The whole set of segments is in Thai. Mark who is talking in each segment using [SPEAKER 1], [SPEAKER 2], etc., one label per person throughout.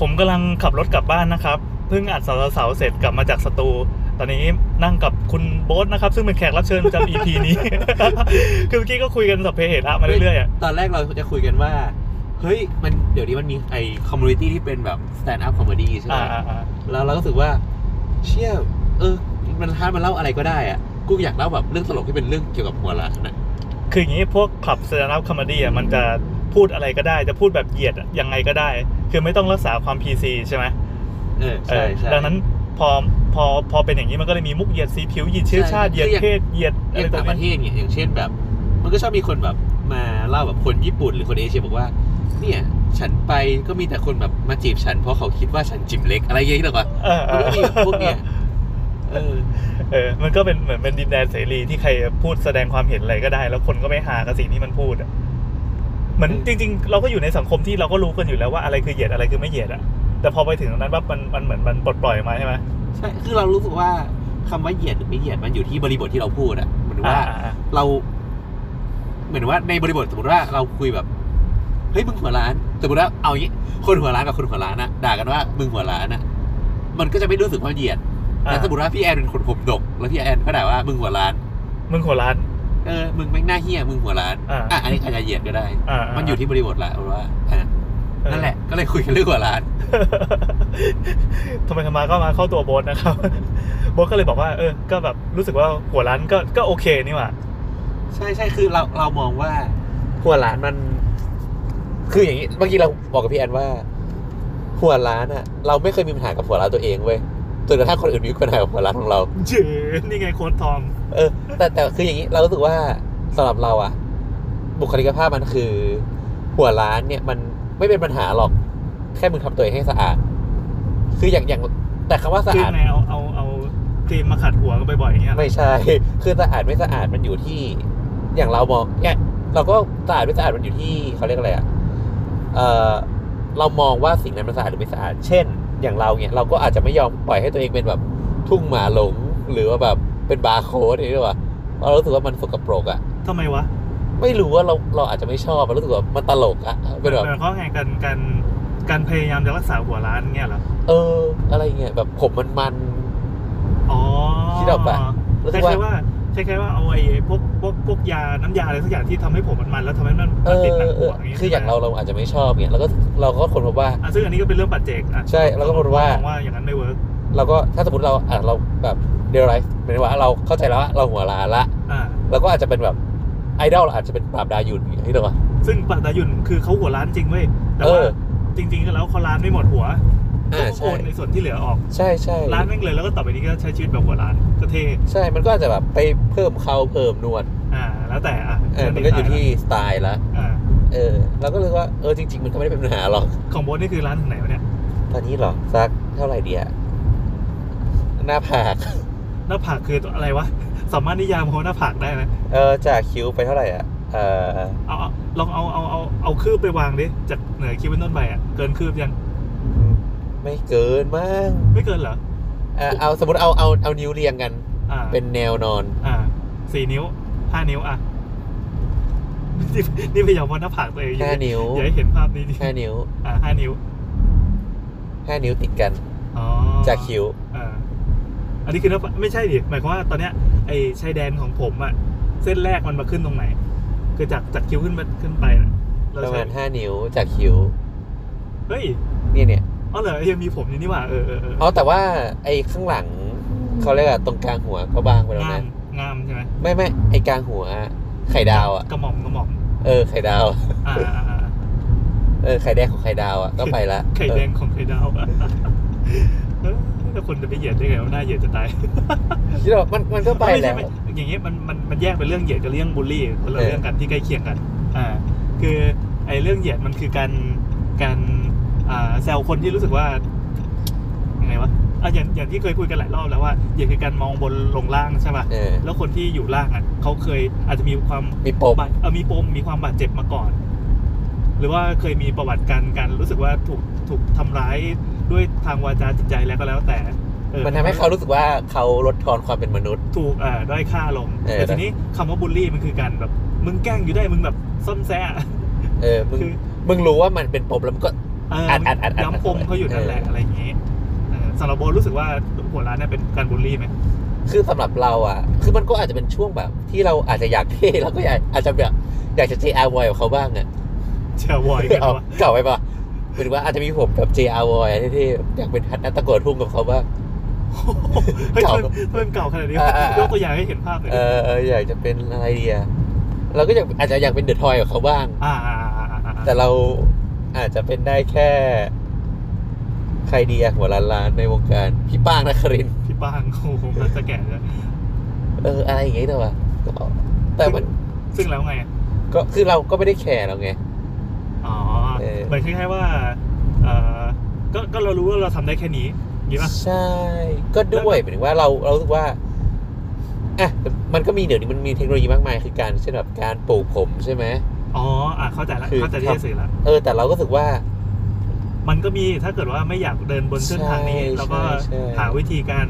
[SPEAKER 1] ผมกำลังขับรถกลับบ้านนะครับ เพิ่งอัดเสาเสาเสร็จกลับมาจากสตู ตอนนี้นั่งกับคุณโบ๊ทนะครับ ซึ่งเป็นแขกรับเชิญประจำ EP นี้ คือเมื่อกี้ก็คุยกันสัพเพเหตุะมาเรื่อยๆอะ
[SPEAKER 2] ตอนแรกเราจะคุยกันว่า เฮ้ย มันเดี๋ยวนี้มันมีไอคอมมูนิตี้ที่เป็นแบบ stand up comedy ใช่ไหม
[SPEAKER 1] อ่าอ่าอ่า
[SPEAKER 2] แล้วเราก็รู้สึกว่า เชี่ยเออ มันท้ามันเล่าอะไรก็ได้อะกูอยากเล่าแบบเรื่องตลกที่เป็นเรื่องเกี่ยวกับหัวล้านนะ
[SPEAKER 1] คืออย่างนี้พวกขับสแตนด์อัพคอมดี้อ่ะมันจะพูดอะไรก็ได้ จะพูดแบบเหยียดอะยังไงก็ได้ คือไม่ต้องรักษาความ PC ใช่ไหม
[SPEAKER 2] เออใช่ใช่
[SPEAKER 1] ดังนั้นพอพอพอเป็นอย่างนี้มันก็เลยมีมุกเหยียดสีผิวเหยียดเชื้อชาติเห
[SPEAKER 2] ใช่
[SPEAKER 1] ยียด
[SPEAKER 2] คืออย่าง
[SPEAKER 1] เพศเหยียดอะ
[SPEAKER 2] อ
[SPEAKER 1] ไร
[SPEAKER 2] ย่าง
[SPEAKER 1] ต่า
[SPEAKER 2] ต่าง
[SPEAKER 1] ง
[SPEAKER 2] ประเทศเนี่ยอย่างเช่นแบบ มันก็ชอบมีคนแบบมาเล่าแบบคนญี่ปุ่นหรือคนเอเชียบอกว่า เนี่ย ฉันไปก็มีแต่คนแบบมาจีบฉันเพราะเขาคิดว่าฉันจิ๋มเล็กอะไรอย่างเงี้ยหรอวะ
[SPEAKER 1] ๆเออเออ
[SPEAKER 2] มันก็มีแบบพวกเนี่ยเออ
[SPEAKER 1] เออมันก็เป็นเหมือนเป็นดินแดนเสรีที่ใครพูดแสดงความเห็นอะไรก็ได้ แล้วคนก็ไม่หากับสิ่งที่มันพูดอะเหมือน
[SPEAKER 2] อืม
[SPEAKER 1] จริง ๆ เราก็อยู่ในสังคมที่เราก็รู้กันอยู่แล้วว่าอะไรคือเหยียดอะไรคือไม่เหยียดอะแต่พอไปถึงตรงนั้นปั๊บมันมันเหมือนมันปลดปล่อยออกมาใช่ไหม
[SPEAKER 2] ใช่คือเรารู้สึกว่าคำว่าเหยียดหรือไม่เหยียดมันอยู่ที่บริบทที่เราพูดอะเหมือนว่า
[SPEAKER 1] อ่อ่อ่
[SPEAKER 2] เรา เหมือนว่าในบริบทสมมติว่าเราคุยแบบเฮ้ยมึงหัวร้านสมมติว่าเอางี้คนหัวร้านกับคนหัวร้านอะด่ากันว่ามึงหัวร้านอะมันก็จะไม่รู้สึกว่าเหยียด
[SPEAKER 1] อ่ะ
[SPEAKER 2] แต่สมมติว่าพี่แอนเป็นคนผมดก แล้วพี่แอนก็ด่าว่ามึงหัวร้าน
[SPEAKER 1] มึงหัวร้าน
[SPEAKER 2] เออ มึงแม่งหน้าเฮี้ย มึงหัวร้าน
[SPEAKER 1] อ่า
[SPEAKER 2] อ่ะ อันนี้ใครจะเหยียดก็ได้
[SPEAKER 1] อ่า
[SPEAKER 2] มันอยู่ที่บริบทละเอาว่าอ่ะ
[SPEAKER 1] เออ
[SPEAKER 2] นั่นแหละ ก็เลยคุยกันเรื่องหัวร้าน
[SPEAKER 1] ทำไมทำไมาก็มาเข้าตัวโบทนะครับ โบทก็เลยบอกว่า เออ ก็แบบรู้สึกว่าหัวร้านก็ก็โอเคนี่หว่า
[SPEAKER 2] ใช่ใช่คือเราเรามองว่า หัวร้านมัน คืออย่างนี้ เมื่อกี้เราบอกกับพี่แอนว่า หัวร้านอะเราไม่เคยมีปัญหากับหัวร้านตัวเองเว้ยจนกระทั่งคนอื่นมีปัญหากับหัวร้านของเรา
[SPEAKER 1] เจ๋อนี่ไงโค้ดทอม
[SPEAKER 2] เออ แต่แต่คืออย่างนี้เรารู้สึกว่าสำหรับเราอะบุคลิกภาพมันคือ หัวร้านเนี่ยมันไม่เป็นปัญหาหรอก แค่มึงทำตัวเองให้สะอาด คืออย่างอย่างแต่คำว่าสะ
[SPEAKER 1] คือ
[SPEAKER 2] อาด
[SPEAKER 1] ไงเอาเอาเอาครีมมาขัดหัวกันบ่อยๆอย่างเงี้ย
[SPEAKER 2] ไม่ใช่ คือสะอาดไม่สะอาดมันอยู่ที่ อย่างเรามองเนี่ยเราก็สะอาดไม่สะอาดมันอยู่ที่เขาเรียกอะไรอะเออเรามองว่าสิ่งนั้นมันสะอาดหรือไม่สะอาด เช่น อย่างเราเนี่ย เราก็อาจจะไม่ยอมปล่อยให้ตัวเองเป็นแบบทุ่งหมาหลง หรือว่าแบบเป็นบาร์โค้ดอะไรหรอวะเรารู้สึกว่ามันสกปรกอะ
[SPEAKER 1] ทำไมวะ
[SPEAKER 2] ไม่รู้ว่าเราเราอาจจะไม่ชอบมันรู้สึกว่ามันตลกอะเป็นแบบ
[SPEAKER 1] แต่เขาแข่งกันกันการพยายามจะรักษาหัวร้านเงี้ยเหรอ
[SPEAKER 2] เออ อะไรเงี้ยแบบผมมันมัน
[SPEAKER 1] อ๋อ
[SPEAKER 2] คิดออกปะ รู้
[SPEAKER 1] ค
[SPEAKER 2] สึก
[SPEAKER 1] ล้ายๆ
[SPEAKER 2] ว่า
[SPEAKER 1] ว่าคล้ายๆว่าเอาไอ้พวกพวกพวกยาน้ำยาอะไรสักอย่างที่ทำให้ผมมันมันๆแล้วทำให้มัน
[SPEAKER 2] เอ
[SPEAKER 1] มัน
[SPEAKER 2] อ
[SPEAKER 1] ติดหนัง
[SPEAKER 2] เอ
[SPEAKER 1] หั
[SPEAKER 2] อ
[SPEAKER 1] วอย่างเงี้ย
[SPEAKER 2] คืออย่างเรา
[SPEAKER 1] ใช่ไหม
[SPEAKER 2] เราอาจจะไม่ชอบเนี่ยเราก็เราก็คนพบว่า
[SPEAKER 1] อ่ะซึ่งอันนี้ก็เป็นเรื่องปัจเจกอ่ะ
[SPEAKER 2] ใช่เราก็คนพบว่า
[SPEAKER 1] มองว่าอย่างนั้นไม่เวิร์ก
[SPEAKER 2] เราก็ถ้าสมมติเราอ่ะเราแบบเดลไรหมายถึงว่าเราเข้าใจแล้วว่าเราหัวล้านละ
[SPEAKER 1] อ่า
[SPEAKER 2] เราก็อาจจะเป็นแบบไอดอลเราอาจจะเป็นปราบดาหยุนอย่างนี้หรอวะ
[SPEAKER 1] ซึ่งปัตตายุนคือเขาหัวร้านจริงเว้ย แต่
[SPEAKER 2] เอ
[SPEAKER 1] ว่า
[SPEAKER 2] อ
[SPEAKER 1] จริงๆก็แล้วเขาร้านไม่หมดหัวก็
[SPEAKER 2] อ่า
[SPEAKER 1] โอ
[SPEAKER 2] ใช่
[SPEAKER 1] นในส่วนที่เหลือออก
[SPEAKER 2] ใช่ใช่
[SPEAKER 1] ร้านแม่งเลยแล้วก็ต่อไปนี้ก็ใช้ชีวิตแบบหัวร้านก็เท่
[SPEAKER 2] ใช่มันก็อาจจะแบบไปเพิ่มเขาเพิ่มนวด
[SPEAKER 1] อ่า แล้วแต่อ่ะ
[SPEAKER 2] เออมันก็อยู่ที่สไตล์ละ
[SPEAKER 1] อ่า
[SPEAKER 2] เออเราก็เลยว่าเออจริง ๆ มันก็ไม่ได้เป็นปัญหาหรอก
[SPEAKER 1] ของโบทนี่คือร้านถึงไหนวะเนี่ย
[SPEAKER 2] ตอนนี้เหรอสักเท่าไหร่เดียหน้าผาก
[SPEAKER 1] หน้าผากคือตัวอะไรวะ สามารถนิยามเขาหน้าผากได้ไหม
[SPEAKER 2] เออจากคิ้วไปเท่าไหร่อ่ะเออ
[SPEAKER 1] เอาเอาลองเอาเอาเอาเอาคืบไปวางดิ จากเหนือคิ้วเป็นต้นไปอ่ะ เกินคืบยัง
[SPEAKER 2] ไม่เกินมั้ง
[SPEAKER 1] ไม่เกินเหรอ
[SPEAKER 2] เออเอาสมมติเอาเอาเอานิ้วเรียงกัน
[SPEAKER 1] อ่า
[SPEAKER 2] เป็นแนวนอน
[SPEAKER 1] อ่าสี่นิ้วห้านิ้วอ่ะ นี่นี่พยายามวัดหน้าผากตัวเองอยู่
[SPEAKER 2] ห้านิ้ว
[SPEAKER 1] อย่าให้เห็นภาพนี้ดิ
[SPEAKER 2] แค่นิ้ว
[SPEAKER 1] อ่าห้านิ้ว
[SPEAKER 2] ห้านิ้วติดกัน
[SPEAKER 1] อ๋อ
[SPEAKER 2] จากคิ้ว
[SPEAKER 1] อ่าอันนี้คือนับไม่ใช่ดิหมายความว่าตอนเนี้ยไอ้ชายแดนของผมอะเส้นแรกมันมาขึ้นตรงไหน คือจากจากคิ้วขึ้นมาขึ้นไปนะเรา
[SPEAKER 2] ประ
[SPEAKER 1] ใช้
[SPEAKER 2] มาณห้านิ้วจากคิ้ว
[SPEAKER 1] เฮ้ย
[SPEAKER 2] เนี่ยเนี่ย
[SPEAKER 1] อ๋อเหรอยังมีผมอยู่นี่หว่าเออเออเออ
[SPEAKER 2] อ๋อแต่ว่าไอ้ข้างหลังเขาเรียกอะตรงกลางหัวก็บางไปแล้ว
[SPEAKER 1] งาม
[SPEAKER 2] นะ
[SPEAKER 1] งามใช่ไหม
[SPEAKER 2] ไม่ไม่ไอ้กลางหัวอะไข่ดาวอ่ะ
[SPEAKER 1] กระหม่อมกระหม่อม
[SPEAKER 2] เออไข่ดาว
[SPEAKER 1] อ่าอ่าอ่า
[SPEAKER 2] เออไข่แดงของไข่ดาวอ่ะก็ไปละ
[SPEAKER 1] ไข่แดงของไข่ดาว อะเออแล้วคนจะไปเหยียดได้ไงว่าหน้าเหยียดจะตาย
[SPEAKER 2] เออคิดว่ามันมันก็ไป
[SPEAKER 1] ม่
[SPEAKER 2] แล้
[SPEAKER 1] ใช่
[SPEAKER 2] ว
[SPEAKER 1] ม่อย่างเงี้ยมันมันมันแยกเป็นเรื่องเหยียดกับเรื่องบูลลี่คนละ
[SPEAKER 2] เออ
[SPEAKER 1] เรื่องกันที่ใกล้เคียงกัน อ่า คือไอ้เรื่องเหยียดมันคือการการอ่าแซวคนที่รู้สึกว่ายังไงวะอ่ะอย่างอย่างที่เคยคุยกันหลายรอบแล้วว่าเหยียดคือการมองบนลงล่างใช่ป่ะ
[SPEAKER 2] เออ
[SPEAKER 1] แล้วคนที่อยู่ล่างอ่ะเขาเคยอาจจะมีความ
[SPEAKER 2] มีปม
[SPEAKER 1] บาดเอ่อมีปมมีความบาดเจ็บมาก่อน หรือว่าเคยมีประวัติการการรู้สึกว่าถูกถูกทำร้ายด้วยทางวาจาจิตใจแล้วก็แล้วแต่ออ
[SPEAKER 2] มันทำให้เขารู้สึกว่าเขาลดทอนความเป็นมนุษย์
[SPEAKER 1] ถูกอ่าด้อยค่าลง
[SPEAKER 2] เออ
[SPEAKER 1] แต่ทีนี้คำว่าบูลลี่มันคือการแบบ มึงแกล้งอยู่ได้มึงแบบซ่อมแซะ
[SPEAKER 2] เออมึง
[SPEAKER 1] คือ
[SPEAKER 2] มึงรู้ว่ามันเป็นปมแล้วมึงก็
[SPEAKER 1] เออ
[SPEAKER 2] อัดอัดอัดอัด
[SPEAKER 1] ย้ำปมเขาอยู่นั่นแหละ
[SPEAKER 2] เออ
[SPEAKER 1] อะไรอย่างนี้เออสำหรับโบรู้สึกว่าหัวร้านเนี่ยเป็นการบูลลี่ไหม
[SPEAKER 2] คือสำหรับเราอ่ะ คือมันก็อาจจะเป็นช่วงแบบ ที่เราอาจจะอยากเท่ แล้วก็อยากอาจจะแบบอยากจะ JR Boy กับเขาบ้างอ่ะ
[SPEAKER 1] เชียร์วอยกัน
[SPEAKER 2] เอา
[SPEAKER 1] วะ
[SPEAKER 2] เก่าไปปะหมายถึงว่าอาจจะมีผมแบบ JR Boy อะที่ๆอยากเป็นทัดนัตตะโกนทุ่งกับเขาบ้าง
[SPEAKER 1] เฮ้ย
[SPEAKER 2] เก่า
[SPEAKER 1] ทำไมทำไมมันเก่าขนาดนี้วะ
[SPEAKER 2] อ่าอ่าอ่า
[SPEAKER 1] ยกตัวอย่างให้เห็นภาพหน่อย
[SPEAKER 2] เออเอออยากจะเป็นอะไรดีอะเราก็อยากอาจจะอยากเป็นเดอะทอยกับเขาบ้าง
[SPEAKER 1] อ่าอ่าอ่าอ่าอ่า
[SPEAKER 2] แต่เราอาจจะเป็นได้แค่ ใครดีอะหัวล้านล้านๆในวงการ พี่ป้างนครินทร์
[SPEAKER 1] พี่ป้างโอ้โหน่า จะแก่เลย
[SPEAKER 2] เอออะไรอย่างเงี้ยแต่ว่าก็แต่มัน
[SPEAKER 1] ซึ่งแล้วไง
[SPEAKER 2] ก็คือเราก็ไม่ได้แคร์เราไง
[SPEAKER 1] อ๋อ
[SPEAKER 2] เออ
[SPEAKER 1] เหมือนคล้ายๆว่าเออก็ก็เรารู้ว่าเราทำได้แค่นี้อย่างงี้ป่ะ
[SPEAKER 2] ใช่ ก็ด้วยหมายถึงว่าเราเรารู้สึกว่าอ่ะแต่มันก็มีเดี๋ยวนี้มันมีเทคโนโลยีมากมาย คือการเช่นแบบการปลูกผมใช่ไหม
[SPEAKER 1] อ๋ออ่ะเข้าใจละ
[SPEAKER 2] คือ
[SPEAKER 1] เข้าใจที่จะสื่อละ
[SPEAKER 2] เออ แต่เราก็รู้สึกว่า
[SPEAKER 1] มันก็มีถ้าเกิดว่าไม่อยากเดินบนเส้นทางนี้
[SPEAKER 2] ใช่
[SPEAKER 1] แล้วก็
[SPEAKER 2] ใช่ใช่
[SPEAKER 1] หาวิธีการ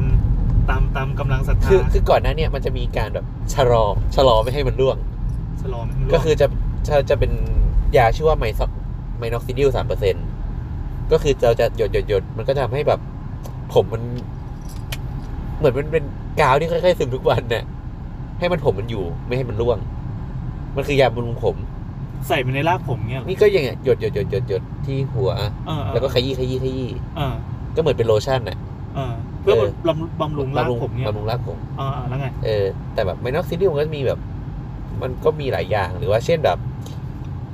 [SPEAKER 1] ตามตามกำลังศรัทธา
[SPEAKER 2] คือคือก่อนหน้าเนี่ยมันจะมีการแบบชะลอชะลอไม่ให้มันร่วง
[SPEAKER 1] ชะลอมนร่วง
[SPEAKER 2] ก็คือจะจะจะเป็นยาชื่อว่าไมซ็อกไมน็อกซิดิลสามเปอร์เซ็นก็คือเราจะหยดหยดหยดมันก็จะทำให้แบบ ผมมัน เหมือนมันเป็นกาวที่ค่อยๆซึมทุกวันเนี่ยให้มันผมมันอยู่ ไม่ให้มันร่วง มันคือยาบำรุงผม
[SPEAKER 1] ใส่ไปในรากผมเนี่ยเหรอ
[SPEAKER 2] นี่ก็ยังไงหยดหยดหยดหยดหยดที่หัว
[SPEAKER 1] เออเออ
[SPEAKER 2] แล้วก็ขยี้ขยี้ขยี้
[SPEAKER 1] เออ
[SPEAKER 2] ก็เหมือนเป็นโลชั่นน่ะ
[SPEAKER 1] เออเพื่อ
[SPEAKER 2] เออ
[SPEAKER 1] บำบำรุงรากผมเนี่ย
[SPEAKER 2] บำรุงรากผม
[SPEAKER 1] เออเออแล้วไง
[SPEAKER 2] เออแต่แบบไมน็อกซิดิลมันก็มีแบบ มันก็มีหลายอย่างหรือว่าเช่นแบบ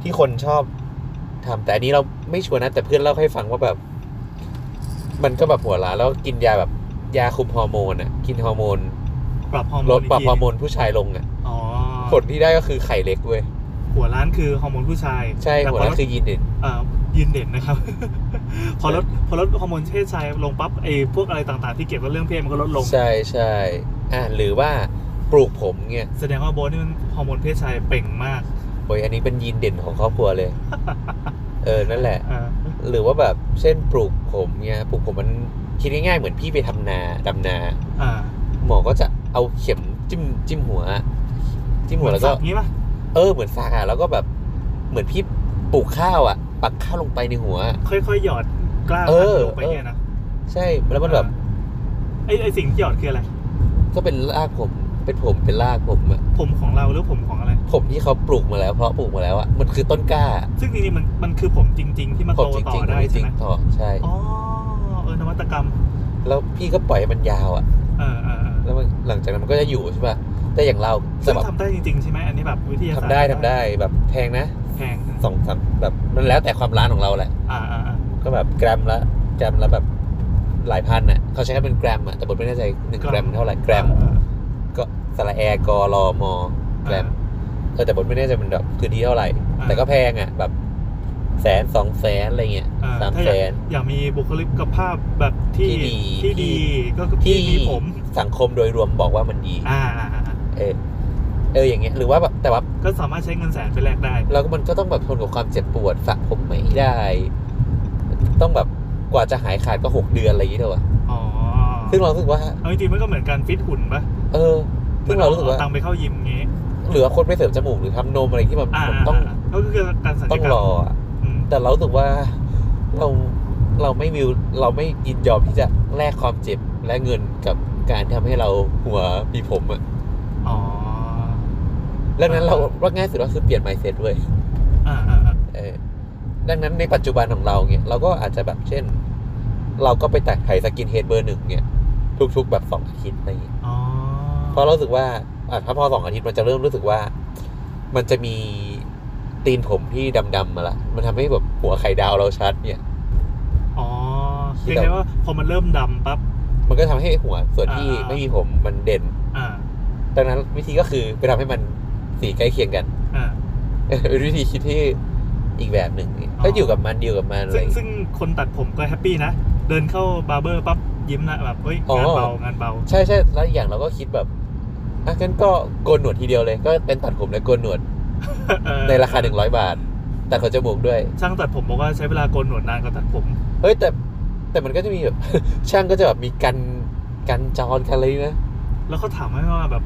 [SPEAKER 2] ที่คนชอบทำแต่อันนี้เราไม่ชัวร์นะแต่เพื่อนเล่าให้ฟังว่าแบบ มันก็แบบหัวล้านแล้วกินยาแบบยาคุมฮอร์โมนอ่ะ กินฮอร์โมน
[SPEAKER 1] ปรับฮอร์โม
[SPEAKER 2] ลด
[SPEAKER 1] นอีก
[SPEAKER 2] ปรับ
[SPEAKER 1] ที
[SPEAKER 2] ฮอร์โมนผู้ชายลงอ่ะ
[SPEAKER 1] อ๋อ
[SPEAKER 2] ผลที่ได้ก็คือไข่เล็กเว้ย
[SPEAKER 1] หัวร้านคือฮอร์โมนผู้ชาย
[SPEAKER 2] ใช่
[SPEAKER 1] แต่
[SPEAKER 2] หัว
[SPEAKER 1] พอ
[SPEAKER 2] ล้า
[SPEAKER 1] ล
[SPEAKER 2] น
[SPEAKER 1] ด
[SPEAKER 2] คือยีนเด่น
[SPEAKER 1] เอ่อยืนเด่นนะครับ พอลดพอลดฮอร์โมนเพศชายลงปั๊บไอ้พวกอะไรต่างๆ ที่เกี่ยวกับเรื่องเพศมันก็ลดลง
[SPEAKER 2] ใช่ใช่อ่าหรือว่าปลูกผมเนี่ย
[SPEAKER 1] แสดงว่าโบทนี่มันฮอร์โมนเพศชายเป่งมาก
[SPEAKER 2] โอ้ยอันนี้เป็นยีนเด่นของครอบครัวเลย เออ นั่นแหละ
[SPEAKER 1] อ่า
[SPEAKER 2] หรือว่าแบบเช่นปลูกผมเงี้ย ปลูกผมมันคิดง่ายๆ เหมือนพี่ไปทำนาดำนา
[SPEAKER 1] อ่า
[SPEAKER 2] หมอก็จะเอาเข็มจิ้มจิ้มหัว จิ้มหัวแล้วก็
[SPEAKER 1] สับงี้ป่ะ
[SPEAKER 2] เออ เหมือนสากอะแล้วก็แบบ เหมือนพี่ปลูกข้าวอ่ะ ปักข้าวลงไปในหัว
[SPEAKER 1] ค่อยๆหยอดกล้า
[SPEAKER 2] เออ
[SPEAKER 1] ลงไปเนี่ยนะ
[SPEAKER 2] ใช่ แล้วมันแบบ
[SPEAKER 1] ไอ้ไอ้สิ่งที่หยอดคืออะไร
[SPEAKER 2] ก็เป็นรากผม เป็นผม เป็นรากผมอะ
[SPEAKER 1] ผมของเราหรือผมของอะไร
[SPEAKER 2] ผมที่เขาปลูกมาแล้ว เพราะปลูกมาแล้วอะมันคือต้นกล้า
[SPEAKER 1] ซึ่งจริงๆมันมันคือผมจริง ๆ ที่มัน
[SPEAKER 2] ผม
[SPEAKER 1] โต
[SPEAKER 2] จ
[SPEAKER 1] ต่
[SPEAKER 2] ริ
[SPEAKER 1] อง
[SPEAKER 2] ๆ
[SPEAKER 1] ได้
[SPEAKER 2] จ
[SPEAKER 1] ใช่
[SPEAKER 2] ริง
[SPEAKER 1] ไหม
[SPEAKER 2] ๆต่อ ใช่
[SPEAKER 1] อ๋อเออนวัตกรรม
[SPEAKER 2] แล้วพี่ก็ปล่อยให้มันยาวอะ
[SPEAKER 1] เออเออเออ
[SPEAKER 2] แล้วมันหลังจากนั้นมันก็จะอยู่ใช่ป่ะ แต่อย่างเรา
[SPEAKER 1] ซึ่ง
[SPEAKER 2] แบบ
[SPEAKER 1] ทำได้จริงๆใช่ไหมอันนี้แบบวิทยาศาสต
[SPEAKER 2] ทำ
[SPEAKER 1] ร์
[SPEAKER 2] ได้ทำได้แบบแพงนะ
[SPEAKER 1] แพง
[SPEAKER 2] สองสามแบบมันแล้วแต่ความร้านของเราแหละ
[SPEAKER 1] อ่าอ่าอ่า
[SPEAKER 2] ก็แบบแกรมละแกรมละแบบหลายพันน่ะเขาใช้กันเป็นแกรมอ่ะแต่ผมไม่แน่ใจหนึ่งแกรมเท่าไหร่แกรม
[SPEAKER 1] อ่า
[SPEAKER 2] ก็สระแอร์กอรอมอแกรมเออแต่ผมไม่แน่ใจมันแบบคือที่เท่าไหร่
[SPEAKER 1] อ่า
[SPEAKER 2] แต่ก็แพงอ่ะแบบแสนสองแสนอะไรเงี้ย
[SPEAKER 1] อ่
[SPEAKER 2] สาม
[SPEAKER 1] ถ้
[SPEAKER 2] แส
[SPEAKER 1] อย
[SPEAKER 2] น
[SPEAKER 1] กอยากมีบุคลิกภาพแบบที่
[SPEAKER 2] ที่
[SPEAKER 1] ที่
[SPEAKER 2] ดี
[SPEAKER 1] ดีก็คือที่มีผม
[SPEAKER 2] สังคมโดยรวมบอกว่ามันดี
[SPEAKER 1] อ่าอ่าอ่า
[SPEAKER 2] เออเอออย่างเงี้ยหรือว่าแบบแต่ว่า
[SPEAKER 1] ก็สามารถใช้เงินแสนไปแลกได้
[SPEAKER 2] แล้วก็มันก็ต้องแบบทนกับความเจ็บปวดสระผมไม่ได้ ต้องแบบกว่าจะหายขาดก็หกเดือนอะไรอย่างเงี้ยเถอะวะ
[SPEAKER 1] อ๋อ
[SPEAKER 2] ซึ่งเรารู้สึกว่า
[SPEAKER 1] เอาจริงๆมันก็เหมือนการฟิตหุ่นปะ
[SPEAKER 2] เออ ซึ่งเรารู้สึกว่า
[SPEAKER 1] อตังค์ไปเข้ายิมอย่างงี้
[SPEAKER 2] เหลือคนไปเสริมจมูกหรือทำนมอะไรที่มัน
[SPEAKER 1] อ่า
[SPEAKER 2] มันต้อง
[SPEAKER 1] ก็คือการสัญญ
[SPEAKER 2] ต้อง
[SPEAKER 1] กรร
[SPEAKER 2] ร
[SPEAKER 1] ม
[SPEAKER 2] ออะ
[SPEAKER 1] อืม
[SPEAKER 2] แต่เรารู้สึกว่าเราเราไม่วิวเราไม่ยินยอมที่จะแลกความเจ็บและเงินกับการทำให้เราหัวมีผมอะ
[SPEAKER 1] อ๋อ
[SPEAKER 2] ดังนั้นเราว่าง่ายสุดก็คือเปลี่ยนไมเซ็ตเว้ย
[SPEAKER 1] อ่าอ่าอ่า
[SPEAKER 2] เออดังนั้นในปัจจุบันของเราเนี่ยเราก็อาจจะแบบเช่น เราก็ไปตัดไถสกินเฮดเบอร์หนึ่งเนี่ยทุกๆแบบสองอาทิตย์อะไรอย่างเงี้ย
[SPEAKER 1] อ๋อ
[SPEAKER 2] เพราะเรารู้สึกว่าอ่ะถ้าพอสองอาทิตย์มันจะเริ่มรู้สึกว่า มันจะมีตีนผมที่ดำๆมาละมันทำให้แบบหัวไข่ดาวเราชัดเนี่ย
[SPEAKER 1] อ๋อ
[SPEAKER 2] ที่
[SPEAKER 1] คือ
[SPEAKER 2] แบบ
[SPEAKER 1] แค่ว่าพอมันเริ่มดำปั๊บ
[SPEAKER 2] มันก็ทำให้หัวส่วนที่
[SPEAKER 1] อ่า
[SPEAKER 2] ไม่มีผมมันเด่น
[SPEAKER 1] อ่า
[SPEAKER 2] ดังนั้นวิธีก็คือไปทำให้มันสีใกล้เคียงกัน
[SPEAKER 1] อ่า
[SPEAKER 2] เป็นวิธีคิดที่อีกแบบหนึ่งเนี่ยก็อยู่กับมันอยู่กับมันอะไร
[SPEAKER 1] ซึ่
[SPEAKER 2] องย่างเงี้ย
[SPEAKER 1] ซึ่งคนตัดผมก็แฮปปี้นะ เดินเข้าบาร์เบอร์ปั๊บยิ้มละแบบเฮ้ย
[SPEAKER 2] อ๋อ
[SPEAKER 1] งานเบางานเบา
[SPEAKER 2] ใช่ใช่แล้วอีกอย่างเราก็คิดแบบอ่ะงั้นก็โกนหนวดทีเดียวเลย ก็เป็นตัดผมและโกนหนวด
[SPEAKER 1] เออ
[SPEAKER 2] ในราคา 100 บาท ตัดขนจมูกด้วย
[SPEAKER 1] ช่างตัดผมบอกว่าใช้เวลาโกนหนวดนานกว่าตัดผม
[SPEAKER 2] เฮ้ยแต่แต่มันก็จะมีแบบ ช่างก็จะแบบมีกันกันจรกันอะไรนะ
[SPEAKER 1] แล้วเขาถามไหมว่าแบบ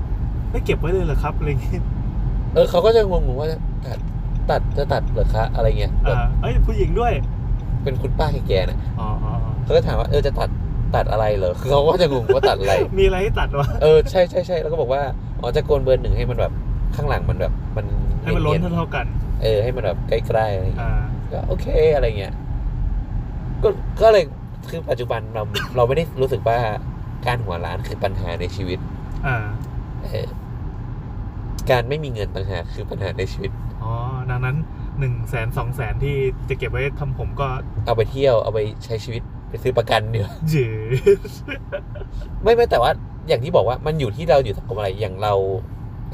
[SPEAKER 1] ไม่เก็บไว้เลยเหรอครับอะไรอย่างเงี้ย
[SPEAKER 2] เออเขาก็จะงงๆว่าตัดตัดจะตัดเหรอคะอะไรเงี้ยแบบ
[SPEAKER 1] อ่าเอ้ยผู้หญิงด้วย
[SPEAKER 2] เป็นคุณป้าแก่ๆนะ
[SPEAKER 1] อ๋ออ๋ออ๋อ
[SPEAKER 2] เขาก็ถามว่าเออจะตัดตัดอะไรเหรอ คือเขาก็จะงงว่าตัดอะไร
[SPEAKER 1] มีอะไรให้ตัดวะ
[SPEAKER 2] เออใช่ใช่ใช่แล้วก็บอกว่าอ๋อจะโกนเบอร์หนึ่งให้มันแบบข้างหลังมันแบบ มัน
[SPEAKER 1] ให้มันล้น
[SPEAKER 2] เยๆ
[SPEAKER 1] เท่าๆกัน
[SPEAKER 2] เออให้มันแบบใกล้ๆอะไรอย่างเงี้ย
[SPEAKER 1] อ่า
[SPEAKER 2] ก็โอเคอะไรเงี้ยก็ก็เลยคือปัจจุบันเรา เราไม่ได้รู้สึกว่าการหัวล้านคือปัญหาในชีวิต
[SPEAKER 1] อ่า
[SPEAKER 2] เออการไม่มีเงินต่างหากคือปัญหาในชีวิต
[SPEAKER 1] อ๋อ ดังนั้นหนึ่งแสนสองแสนที่จะเก็บไว้ทำผมก็
[SPEAKER 2] เอาไปเที่ยวเอาไปใช้ชีวิตไปซื้อประกันเนีกว่ย
[SPEAKER 1] จืด
[SPEAKER 2] ไม่ไม่แต่ว่าอย่างที่บอกว่ามันอยู่ที่เราอยู่สังคมอะไรอย่างเรา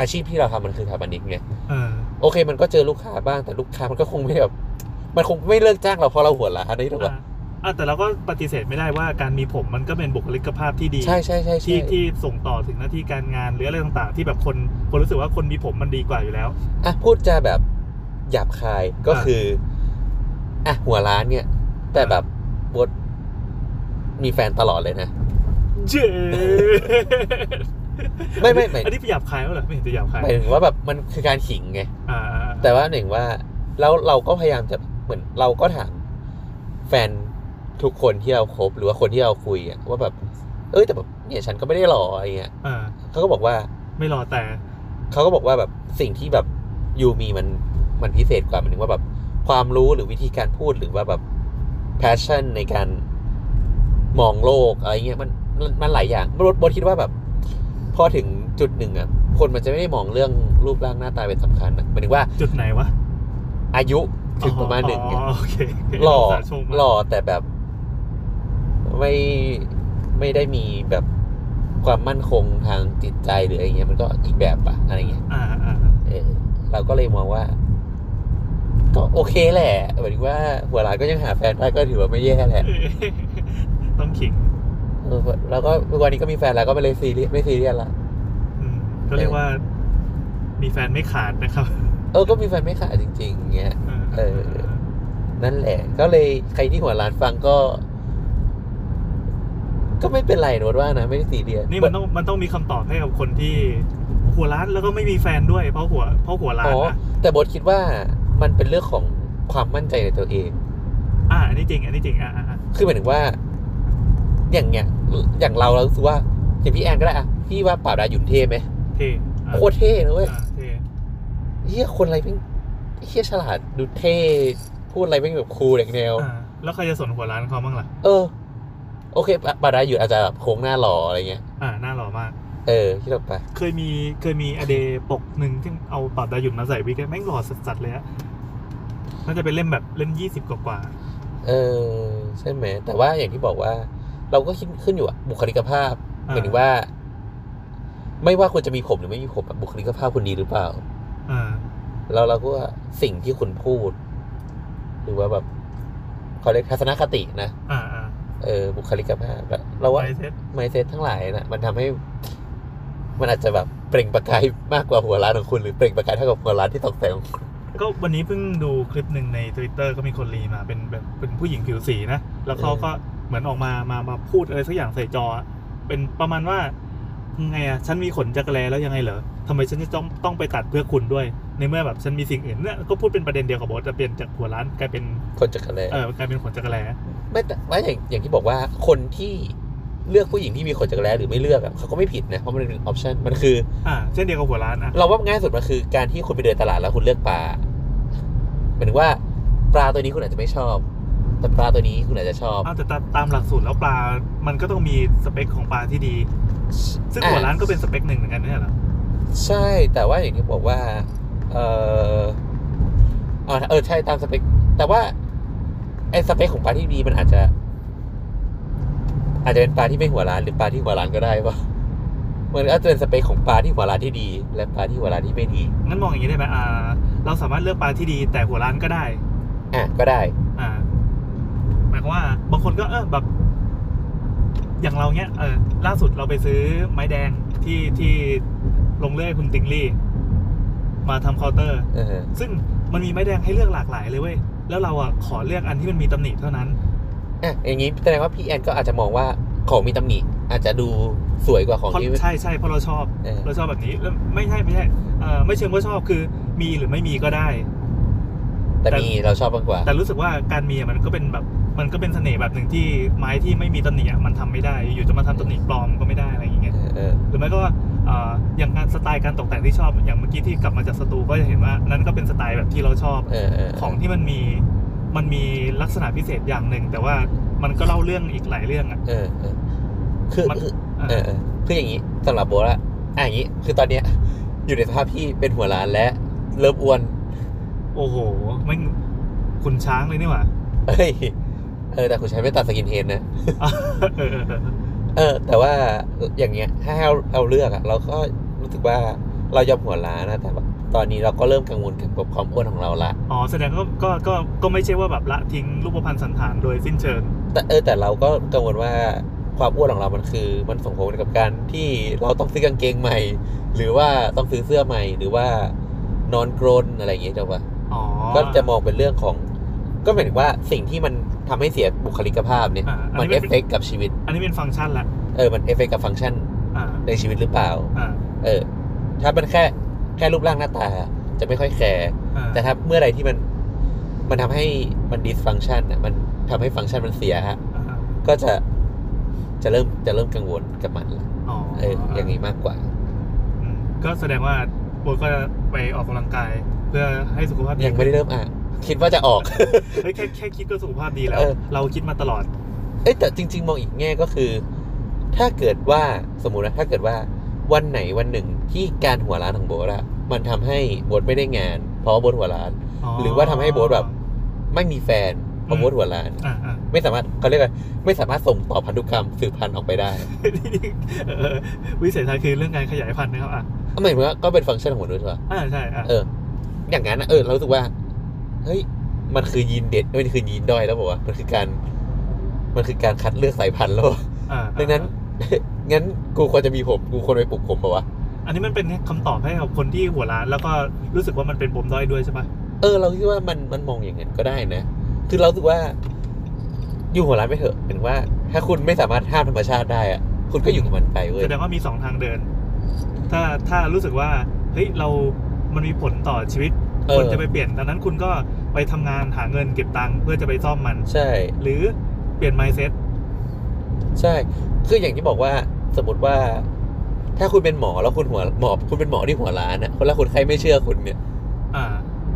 [SPEAKER 2] อาชีพที่เราทำมันคือสถาปนิกไง
[SPEAKER 1] เออ
[SPEAKER 2] โอเค มันก็เจอลูกค้าบ้างแต่ลูกค้ามันก็คงไม่แบบมันคงไม่เลิกจ้างเราเพราะเราหัวล้านนี่หรอก
[SPEAKER 1] อ่ะ
[SPEAKER 2] วะ
[SPEAKER 1] อ่ะแต่เราก็ปฏิเสธไม่ได้ว่าการมีผมมันก็เป็นบุคลิกภาพที่ดี
[SPEAKER 2] ใช่ใช่ใช่ใช่
[SPEAKER 1] ที่ที่ส่งต่อถึงหน้าที่การงานหรืออะไรต่างๆ ที่แบบคนคนรู้สึกว่าคนมีผมมันดีกว่าอยู่แล้ว
[SPEAKER 2] อ่ะพูดจาแบบหยาบคายก็
[SPEAKER 1] อ่ะ
[SPEAKER 2] คืออ่ะหัวล้านเนี่ย แต่แบบบดมีแฟนตลอดเลยนะ
[SPEAKER 1] เจ๋
[SPEAKER 2] ไม่ไม่ไม่
[SPEAKER 1] อันนี้หยาบคายแล้วเหรอไม่เห็นจะหยาบคาย
[SPEAKER 2] หมายถึงว่าแบบมันคือการขิงไง
[SPEAKER 1] อ่า
[SPEAKER 2] แต่ว่าหนึ่งว่าแล้วเราก็พยายามจะเหมือนเราก็ถามแฟนทุกคนที่เราคบหรือว่าคนที่เราคุยอะว่าแบบ เอ้ยแต่แบบเนี่ยฉันก็ไม่ได้หล่ออะไรเงี้ย
[SPEAKER 1] อ่า
[SPEAKER 2] เขาก็บอกว่า
[SPEAKER 1] ไม่รอแต่
[SPEAKER 2] เขาก็บอกว่าแบบสิ่งที่แบบยูมีมันมันพิเศษกว่าหมันถึงว่าแบบความรู้หรือวิธีการพูดหรือว่าแบบ passion ในการมองโลกอะไรเงี้ยมันมันมันหลายอย่างบดบดคิดว่าแบบ พอถึงจุดหนึ่งอะคนมันจะไม่ได้มองเรื่องรูปร่างหน้าตาเป็นสำคัญนะหมายถึงว่า
[SPEAKER 1] จุดไหนวะ
[SPEAKER 2] อายุถึงประมาณหนึ่งไง
[SPEAKER 1] อ๋อโอเค
[SPEAKER 2] หล่อ
[SPEAKER 1] สาชมมา
[SPEAKER 2] หล่อแต่แบบ ไม่ไม่ได้มีแบบความมั่นคงทางจิตใจหรืออะไรเงี้ยมันก็อีกแบบอะอะไรเงี้ย
[SPEAKER 1] อ่าอ่า
[SPEAKER 2] เออเราก็เลยมองว่า ก็โอเคแหละหมายถึงว่าหัวหลานก็ยังหาแฟนได้ก็ถือว่าไม่แย่แหละ
[SPEAKER 1] เอ้ยต้องขิง
[SPEAKER 2] เออแล้วก็วันนี้ก็มีแฟนแล้วก็ไม่เลยซีเรียสไม่ซีเรียสละ
[SPEAKER 1] อืมก็เรียกว่า มีแฟนไม่ขาดนะครับ
[SPEAKER 2] เออก็มีแฟนไม่ขาดจริงๆเงี้ย
[SPEAKER 1] อ่า
[SPEAKER 2] เออ นั่นแหละ ก็เลยใครที่หัวหลานฟังก็ ก็ไม่เป็นไรโนดว่านะไม่ได้ซีเรียส
[SPEAKER 1] นี่มันต้องมันต้องมีคำตอบให้กับคนที่ หัวร้านแล้วก็ไม่มีแฟนด้วยเพราะหัวเพราะหัวร้าน
[SPEAKER 2] อ๋อ
[SPEAKER 1] นะ
[SPEAKER 2] แต่โบทคิดว่ามันเป็นเรื่องของความมั่นใจในตัวเอง
[SPEAKER 1] อ่าอันนี้จริง อันนี้จริงอ่าอ่าอ่า
[SPEAKER 2] คือหมายถึงว่า อย่างเงี้ย อย่างเราเรารู้สึกว่าอย่างพี่แอนก็ได้อะพี่ว่าป่าบดาหยุ่นเท่ไหม
[SPEAKER 1] เท่อ่า
[SPEAKER 2] โคตรเท่เลยเว้ย
[SPEAKER 1] อ่าเท่
[SPEAKER 2] เฮียคนอะไรเป็นเฮียฉลาดดูเท่พูดอะไรเป็นแบบคูลเด็กแนว
[SPEAKER 1] อ่าแล้วใครจะสนหัวร้านเขาบ้างล่ะ
[SPEAKER 2] เออ โอเคป่าป่าบดาหยุ่นอาจจะแบบโค้งหน้าหล่ออะไรเงี้ย
[SPEAKER 1] อ่าน่าหล่อมาก
[SPEAKER 2] เออคิดออกไป
[SPEAKER 1] เคยมีเคยมีอเดปกหนึ่งที่เอาปราบดาหยุ่นมาใส่วิกแม่งหล่อสัสๆเลยอะน่าจะเป็นเล่มแบบเล่มยี่สิบกว่า
[SPEAKER 2] เออ ใช่ไหมแต่ว่าอย่างที่บอกว่า เราก็คิดขึ้นอยู่อะบุคลิกภาพ
[SPEAKER 1] ๆ
[SPEAKER 2] ห
[SPEAKER 1] อ่
[SPEAKER 2] มายถึงว่า ไม่ว่าคุณจะมีผมหรือไม่มีผมอะบุคลิกภาพคุณดีหรือเปล่า
[SPEAKER 1] อ่า
[SPEAKER 2] แล้วเราก็ว่าสิ่งที่คุณพูด หรือว่าแบบเขาเรียกทัศนคตินะ
[SPEAKER 1] อ่าอ่า
[SPEAKER 2] เออบุคลิกภาพอะเราว่า
[SPEAKER 1] ไวเซ็ต
[SPEAKER 2] ไมเซ็ตทั้งหลายนะมันทำให้ มันอาจจะแบบเปล่งประกายมากกว่าหัวร้านของคุณหรือเปล่งประกายเท่ากับหัวร้านที่ตกแต่งของคุณ
[SPEAKER 1] ก็วันนี้เพิ่งดูคลิปหนึ่งใน Twitter ก็มีคนรีมาเป็นแบบเป็นผู้หญิงผิวสีนะ แล้วเขาก็เหมือนออกมามามาพูดอะไรสักอย่างใส่จออะเป็นประมาณว่ายังไงอะฉันมีขนจักรแลแล้วยังไงเหรอทำไมฉันจะต้องต้องไปตัดเพื่อคุณด้วย ในเมื่อแบบฉันมีสิ่งอื่นเนี่ยก็พูดเป็นประเด็นเดียวกับโบทแต่เปลี่ยนจากหัวร้านกลายเป็น
[SPEAKER 2] คนจะกันเลย
[SPEAKER 1] เออกลายเป็นขนจักรแล
[SPEAKER 2] ไม่แต่ว่าอย่างอย่างที่บอกว่าคนที่เลือกผู้หญิงที่มีขนจักรแลหรือไม่เลือกอะเขาก็ไม่ผิดนะเพราะมันเป็นออปชันมันคือ
[SPEAKER 1] อ่าเช่นเดียวกับหัวร้านอ่ะ
[SPEAKER 2] เราว่าง่ายสุดมันคือการที่คุณไปเดินตลาดแล้วคุณเลือกปลาหมายถึงว่า ปลาตัวนี้คุณอาจจะไม่ชอบ แต่ปลาตัวนี้คุณอาจจะชอบ
[SPEAKER 1] เอาแต่ตามตามหลักสูตรแล้วปลา มันก็ต้องมีสเปคของปลาที่ดี ซึ่ง
[SPEAKER 2] อ่ะ
[SPEAKER 1] หัวร้านก็เป็นสเปคหนึ่งเหมือนกันเนี่ยเหรอ
[SPEAKER 2] ใช่แต่ว่าอย่างที่บอกว่า เออเอาเออใช่ตามสเปคแต่ว่าไอ้สเปคของปลาที่ดีมันอาจจะ อาจจะเป็นปลาที่ไม่หัวร้านหรือปลาที่หัวร้านก็ได้ปะมันก็จะเป็นสเปคของปลาที่หัวร้านที่ดี และปลาที่หัวร้านที่ไม่ดี
[SPEAKER 1] งั้นมองอย่างนี้ได้ไหมอ่า เราสามารถเลือกปลาที่ดีแต่หัวร้านก็ได้
[SPEAKER 2] อ่ะก็ได้
[SPEAKER 1] อ่า หมายความว่าบางคนก็เออแบบ อย่างเราเนี้ยเออล่าสุดเราไปซื้อไม้แดงที่ที่ลงเลื่อยคุณติงลี่ มาทำเคาน์เตอร์
[SPEAKER 2] เออ
[SPEAKER 1] ซึ่งมันมีไม้แดงให้เลือกหลากหลายเลยเว้ยแล้วเราอ่ะขอเลือกอันที่มันมีตำหนิเท่านั้น
[SPEAKER 2] อ่ะอย่างนี้แสดงว่าพี่แอนก็อาจจะมองว่าของมีตำหนิอาจจะดูสวยกว่าของ
[SPEAKER 1] เพราะ
[SPEAKER 2] ที่
[SPEAKER 1] ใช่ใช่เพราะเราชอบ
[SPEAKER 2] เออ
[SPEAKER 1] เราชอบแบบนี้แล้วไม่ใช่ไม่ใช่เอ่อไม่เชิงว่าชอบคือมีหรือไม่มีก็ได้
[SPEAKER 2] แต่ แต่มีเราชอบมากกว่า
[SPEAKER 1] แต่รู้สึกว่าการมีอะมันก็เป็นแบบมันก็เป็นเสน่ห์แบบหนึ่งที่ไม้ที่ไม่มีตำหนิอะมันทำไม่ได้ อยู่จะมาทำตำหนิปลอมก็ไม่ได้อะไรอย่างเงี้ย
[SPEAKER 2] เออ
[SPEAKER 1] หรือไม่ก็เอ่ออย่างการสไตล์การตกแต่งที่ชอบอย่างเมื่อกี้ที่กลับมาจากสตูก็จะเห็นว่านั้นก็เป็นสไตล์แบบที่เราชอบ
[SPEAKER 2] เออเออ
[SPEAKER 1] ของที่มันมีมันมีลักษณะพิเศษอย่างหนึ่ง แต่ว่ามันก็เล่าเรื่องอีกหลายเรื่องอ่ะ
[SPEAKER 2] เออเออคือ
[SPEAKER 1] มัน
[SPEAKER 2] คือ
[SPEAKER 1] อ่ะ
[SPEAKER 2] เออเออคืออย่างนี้สำหรับโบทละอ่ะอย่างนี้ คือตอนเนี้ย อยู่ในสภาพที่เป็นหัวล้านและเริ่มอ้วน
[SPEAKER 1] โอ้โหไม่งคุณช้างเลยนี่หว่า
[SPEAKER 2] เฮ้ย เออ แต่คุณใช้ไม่ตัดสกินเฮดนะ
[SPEAKER 1] เออเออเออ
[SPEAKER 2] เออ แต่ว่าอย่างเงี้ย ถ้าให้เราเราเลือกอะเราก็รู้สึกว่าเรายอมหัวล้านนะ แต่ว่าตอนนี้เราก็เริ่มกังวลเกี่ยวกับความอ้วนของเราละ
[SPEAKER 1] อ๋อแสดงก็ก็ก็ก็ไม่ใช่ว่าแบบละทิ้งรูปพรรณสันฐานโดยสิ้นเชิง
[SPEAKER 2] แต่เออแต่เราก็กังวลว่าความอ้วนของเรามันคือ มันส่งผลกับการที่เราต้องซื้อกางเกงใหม่ หรือว่าต้องซื้อเสื้อใหม่ หรือว่านอนกรนอะไรอย่างเงี้ยเจ้าปะ
[SPEAKER 1] อ๋อ
[SPEAKER 2] ก็จะมองเป็นเรื่องของ ก็หมายถึงว่าสิ่งที่มันทำให้เสียบุคลิกภาพเนี่ย
[SPEAKER 1] อ่ะอั
[SPEAKER 2] มัน
[SPEAKER 1] นี้
[SPEAKER 2] เอฟ
[SPEAKER 1] เป็น
[SPEAKER 2] เฟกกับชีวิต
[SPEAKER 1] อันนี้เป็นฟังก์ชันละ
[SPEAKER 2] เออมันเอฟเฟกกับฟังก์ชัน
[SPEAKER 1] อ่า
[SPEAKER 2] ในชีวิตหรือเปล่า
[SPEAKER 1] อ่า
[SPEAKER 2] เออ ถ้ามันแค่แค่รูปร่างหน้าตา จะไม่ค่อยแคร์
[SPEAKER 1] อ่า
[SPEAKER 2] แต่ถ้าเมื่อไหรที่มันมันทำให้มันดิสฟังก์ชันอ่ะมันทำให้ฟังก์ชันมันเสียฮะ
[SPEAKER 1] อ่า
[SPEAKER 2] ก็จะจะเริ่มจะเริ่มกังวลกับมันละ
[SPEAKER 1] อ๋อ
[SPEAKER 2] เอออย่างนี้มากกว่า
[SPEAKER 1] อืมก็แสดงว่าโบทก็ไปออกกำลังกาย เพื่อให้สุขภาพดี
[SPEAKER 2] ยังไม่ได้เริ่มอ่านคิดว่าจะออก
[SPEAKER 1] เฮ้ยแค่แค่คิดก็สุขภาพดีแล้ว
[SPEAKER 2] เออ
[SPEAKER 1] เราคิดมาตลอด
[SPEAKER 2] เอ้ยแต่จริง ๆ มองอีกแง่ก็คือ ถ้าเกิดว่าสมมุตินะถ้าเกิดว่าวันไหนวันหนึ่งที่การหัวร้านของโบทอะมันทำให้โบทไม่ได้งาน เพราะว่าโบทหัวร้าน หรือว่าทำให้โบ๊ทแบบ ไม่มีแฟนเพราะโบทหัวร้าน
[SPEAKER 1] อ่ะอ่ะ
[SPEAKER 2] ไม่สามารถเขาเรียกว่าไม่สามารถส่งต่อพันธุกรรมสืบพันธุ์ออกไป ได้
[SPEAKER 1] นี่เออวิสัยทัศน์คือเรื่องการขยายพันธุ์นะครับอ่ะ
[SPEAKER 2] หมายถึงว่าก็เป็นฟังก์ชันของมนุษย์เหรอ
[SPEAKER 1] อ่าใช่อ่ะ
[SPEAKER 2] เออ อย่างนั้นนะเออ เรารู้สึกว่า เฮ้ย มันคือยีนเด็ดเอ้ยมันคือยีนด้อยแล้วบอกว่าวะมันคือการ มันคือการคัดเลือกสายพันธุ์แล้วบอกว่าวะ
[SPEAKER 1] อ่า
[SPEAKER 2] ดังนั้น งั้นกูควรจะมีผม กูควรไปปลูกผมปะวะ
[SPEAKER 1] อันนี้มันเป็นคำตอบให้กับคนที่หัวร้าน แล้วก็รู้สึกว่ามันเป็นปมด้อยด้วยใช่ปะ
[SPEAKER 2] เออ เราคิดว่ามัน มันมองอย่างนั้นก็ได้นะ คือเรารู้สึกว่า อยู่หัวร้านไม่เถอะเป็นว่า ถ้าคุณไม่สามารถห้ามธรรมชาติได้อะคุณก็อยู่กับมันไปเว้ย
[SPEAKER 1] แสดงว่ามีสองทางเดิน ถ้าถ้ารู้สึกว่าเฮ้ยเรา มันมีผลต่อชีวิต
[SPEAKER 2] เออ
[SPEAKER 1] คนจะไปเปลี่ยนดังนั้นคุณก็ไปทำงานหาเงินเก็บตังค์เพื่อจะไปซ่อมมัน
[SPEAKER 2] ใช่
[SPEAKER 1] หรือเปลี่ยน mindset
[SPEAKER 2] ใช่ คืออย่างที่บอกว่า สมมติว่า ถ้าคุณเป็นหมอแล้วคุณหัวหมอ คุณเป็นหมอที่หัวร้านอะคนละคนใครไม่เชื่อคุณเนี่ย
[SPEAKER 1] อ่า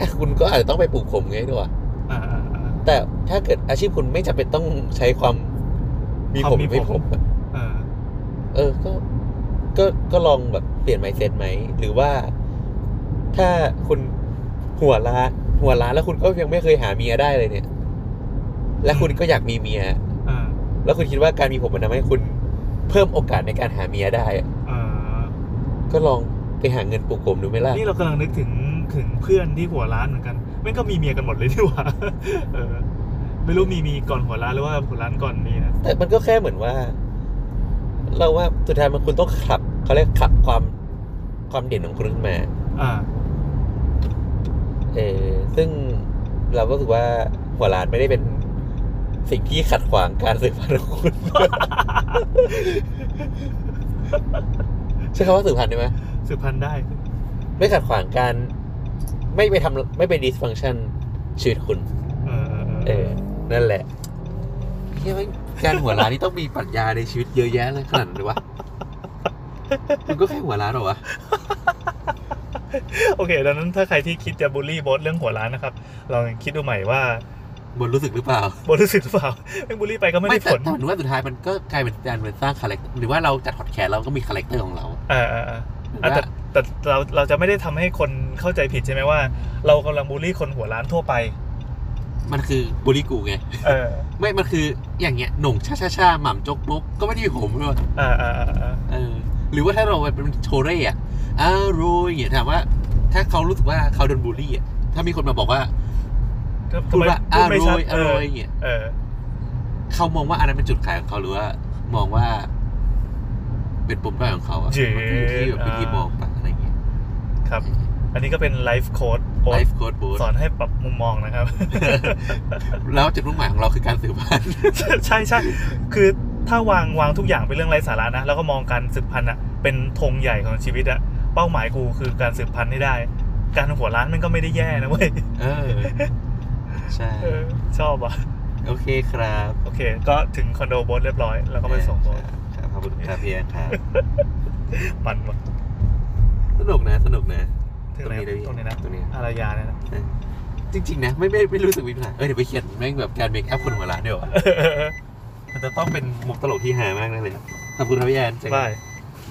[SPEAKER 2] อ่ะคุณก็อาจจะต้องไปปลูกผมไงด้วย
[SPEAKER 1] อ่าอ่าอ่า
[SPEAKER 2] แต่ถ้าเกิดอาชีพคุณไม่จำเป็นต้องใช้ความมี
[SPEAKER 1] ความ
[SPEAKER 2] ผม
[SPEAKER 1] มี
[SPEAKER 2] ไม่
[SPEAKER 1] ผ
[SPEAKER 2] ผม มอะ
[SPEAKER 1] อ่า
[SPEAKER 2] เออ ก็ ก็ก็ลองแบบเปลี่ยนไมเซ็ตไหม หรือว่าถ้าคุณหัวล้านหัวล้านแล้วคุณก็ยังไม่เคยหาเมียได้เลยเนี่ย และคุณก็อยากมีเมีย
[SPEAKER 1] อ่า
[SPEAKER 2] แล้วคุณคิดว่าการมีผมมันทำให้คุณเพิ่มโอกาสในการหาเมียได้อะ
[SPEAKER 1] อ่า
[SPEAKER 2] ก็ลองไปหาเงินปลูกผมดูไหมล่ะ
[SPEAKER 1] นี่เรากำลังนึกถึงถึงเพื่อนที่หัวร้านเหมือนกันแม่งก็มีเมียกันหมดเลยที่หว่า เออ ไม่รู้มีมีก่อนหัวร้านหรือว่าหัวร้านก่อนมีนะ
[SPEAKER 2] แต่มันก็แค่เหมือนว่า เราว่าสุดท้ายมันคุณต้องขับเขาเรียกขับความความเด่นของคุณขึ้นมา
[SPEAKER 1] อ่า
[SPEAKER 2] เออซึ่งเราก็รู้สึกว่าหัวล้านไม่ได้เป็นสิ่งที่ขัดขวางการสืบพันธุ์ของคุณ ใช่คำว่าสืบพันธุ์ได้ไหม
[SPEAKER 1] สืบพันธุ์ได้
[SPEAKER 2] ไม่ขัดขวางการ ไม่ไปทำไม่ไปดิสฟังชันชีวิตคุณ
[SPEAKER 1] เออเออ
[SPEAKER 2] เอ
[SPEAKER 1] เออ
[SPEAKER 2] อ นั่นแหละเฮ้ยแม่งการหัวล้านนี่ต้องมีปรัชญาในชีวิตเยอะแยะเลยขนาดนั้นเลยวะ มันก็แค่หัวล้านเหรอวะ
[SPEAKER 1] โอเค ดังนั้นถ้าใครที่คิดจะบูลลี่โบทเรื่องหัวร้านนะครับ ลองคิดดูใหม่ว่า
[SPEAKER 2] บนรู้สึกหรือเปล่า
[SPEAKER 1] โบทรู้สึกหรือเปล่า แม่งบูลลี่ไปก็ไม่
[SPEAKER 2] ไม่
[SPEAKER 1] ได้
[SPEAKER 2] แต่
[SPEAKER 1] ผล
[SPEAKER 2] แต่ผมว่าสุดท้ายมันก็กลายเป็นการเป็นสร้างคาแรคหรือว่าเราจัดพอดแคสต์เราก็มีคาแรคเตอร์ของเรา
[SPEAKER 1] อ่าอ่าอ่า
[SPEAKER 2] หรือ
[SPEAKER 1] อ่ะ
[SPEAKER 2] ว่า
[SPEAKER 1] แต่แต่เราเราจะไม่ได้ทำให้คนเข้าใจผิดใช่ไหมว่า เรากำลังบูลลี่คนหัวร้านทั่วไป
[SPEAKER 2] มันคือบูลลี่กูไง
[SPEAKER 1] เออ
[SPEAKER 2] ไม่ มันคืออย่างเงี้ยหน่งชาชาชาหม่ำจกมกก็ไม่ได้มีผมเลยว่ะ
[SPEAKER 1] อ่าอ่าอ่าอ่า
[SPEAKER 2] เออ หรือว่าถ้าเราเป็นโชเร่อะอ้าวโรยอย่างเงี้ยถามว่า ถ้าเขารู้สึกว่าเขาโดนบูลลี่อะถ้ามีคนมาบอกว่าพูดว่า
[SPEAKER 1] ทำ
[SPEAKER 2] อ้าว
[SPEAKER 1] ไม
[SPEAKER 2] โร
[SPEAKER 1] ชัด
[SPEAKER 2] ย
[SPEAKER 1] เอ
[SPEAKER 2] อ้าวโร
[SPEAKER 1] อย
[SPEAKER 2] อย่างเงี้ย
[SPEAKER 1] เออ
[SPEAKER 2] เขามองว่าอันนั้นเป็นจุดขายของเขาหรือว่า มองว่า เป็นปมด้อยของเขาอะ
[SPEAKER 1] เจ๋ง
[SPEAKER 2] มันอยู่ที่แบบวิธีมองปะอะไรเงี้ย
[SPEAKER 1] ครับ อันนี้ก็เป็นไลฟ์โค้ดโบ
[SPEAKER 2] ไล
[SPEAKER 1] ท
[SPEAKER 2] ฟ์โค้ดบู
[SPEAKER 1] สอนให้ปรับมุมมองนะครับ
[SPEAKER 2] แล้วจุดมุ่งหมายของเราคือการสืบพันธุ์
[SPEAKER 1] ใช่ใช่คือถ้าวางวางทุกอย่างเป็นเรื่องไร้สาระนะ แล้วก็มองการสืบพันธุ์อ่ะเป็นธงใหญ่ของชีวิตอ่ะเป้าหมายกูคือการสืบพันธุ์ให้ได้ การหัวร้านมันก็ไม่ได้แย่นะเว้ย
[SPEAKER 2] เออ ใช่
[SPEAKER 1] เออชอบอ่ะ
[SPEAKER 2] โอเคครับ
[SPEAKER 1] โอเค ก็ถึงคอนโดโบสเรียบร้อย แล้วก็ไปส่งโบส
[SPEAKER 2] ครับขอบคุณครับพี่แอนครับ
[SPEAKER 1] ปั่นว่ะ
[SPEAKER 2] สนุกนะ สนุกนะ
[SPEAKER 1] ถึงไหน
[SPEAKER 2] เลยพี่
[SPEAKER 1] ตรงนี้นะ
[SPEAKER 2] ตรงนี้
[SPEAKER 1] อารยาเนี่ยนะ
[SPEAKER 2] ใช่จริง ๆ นะ ไม่ไม่ไม่รู้สึกมีปัญหาเออเดี๋ยวไปเขียนแม่งแบบการเมคอัพคน หัวล้านเดี๋ยวอะมันจะต้องเป็นมุกตลกที่หามากแน่เลยอะขอบคุณครับพี่แอนเจอกัน
[SPEAKER 1] บาย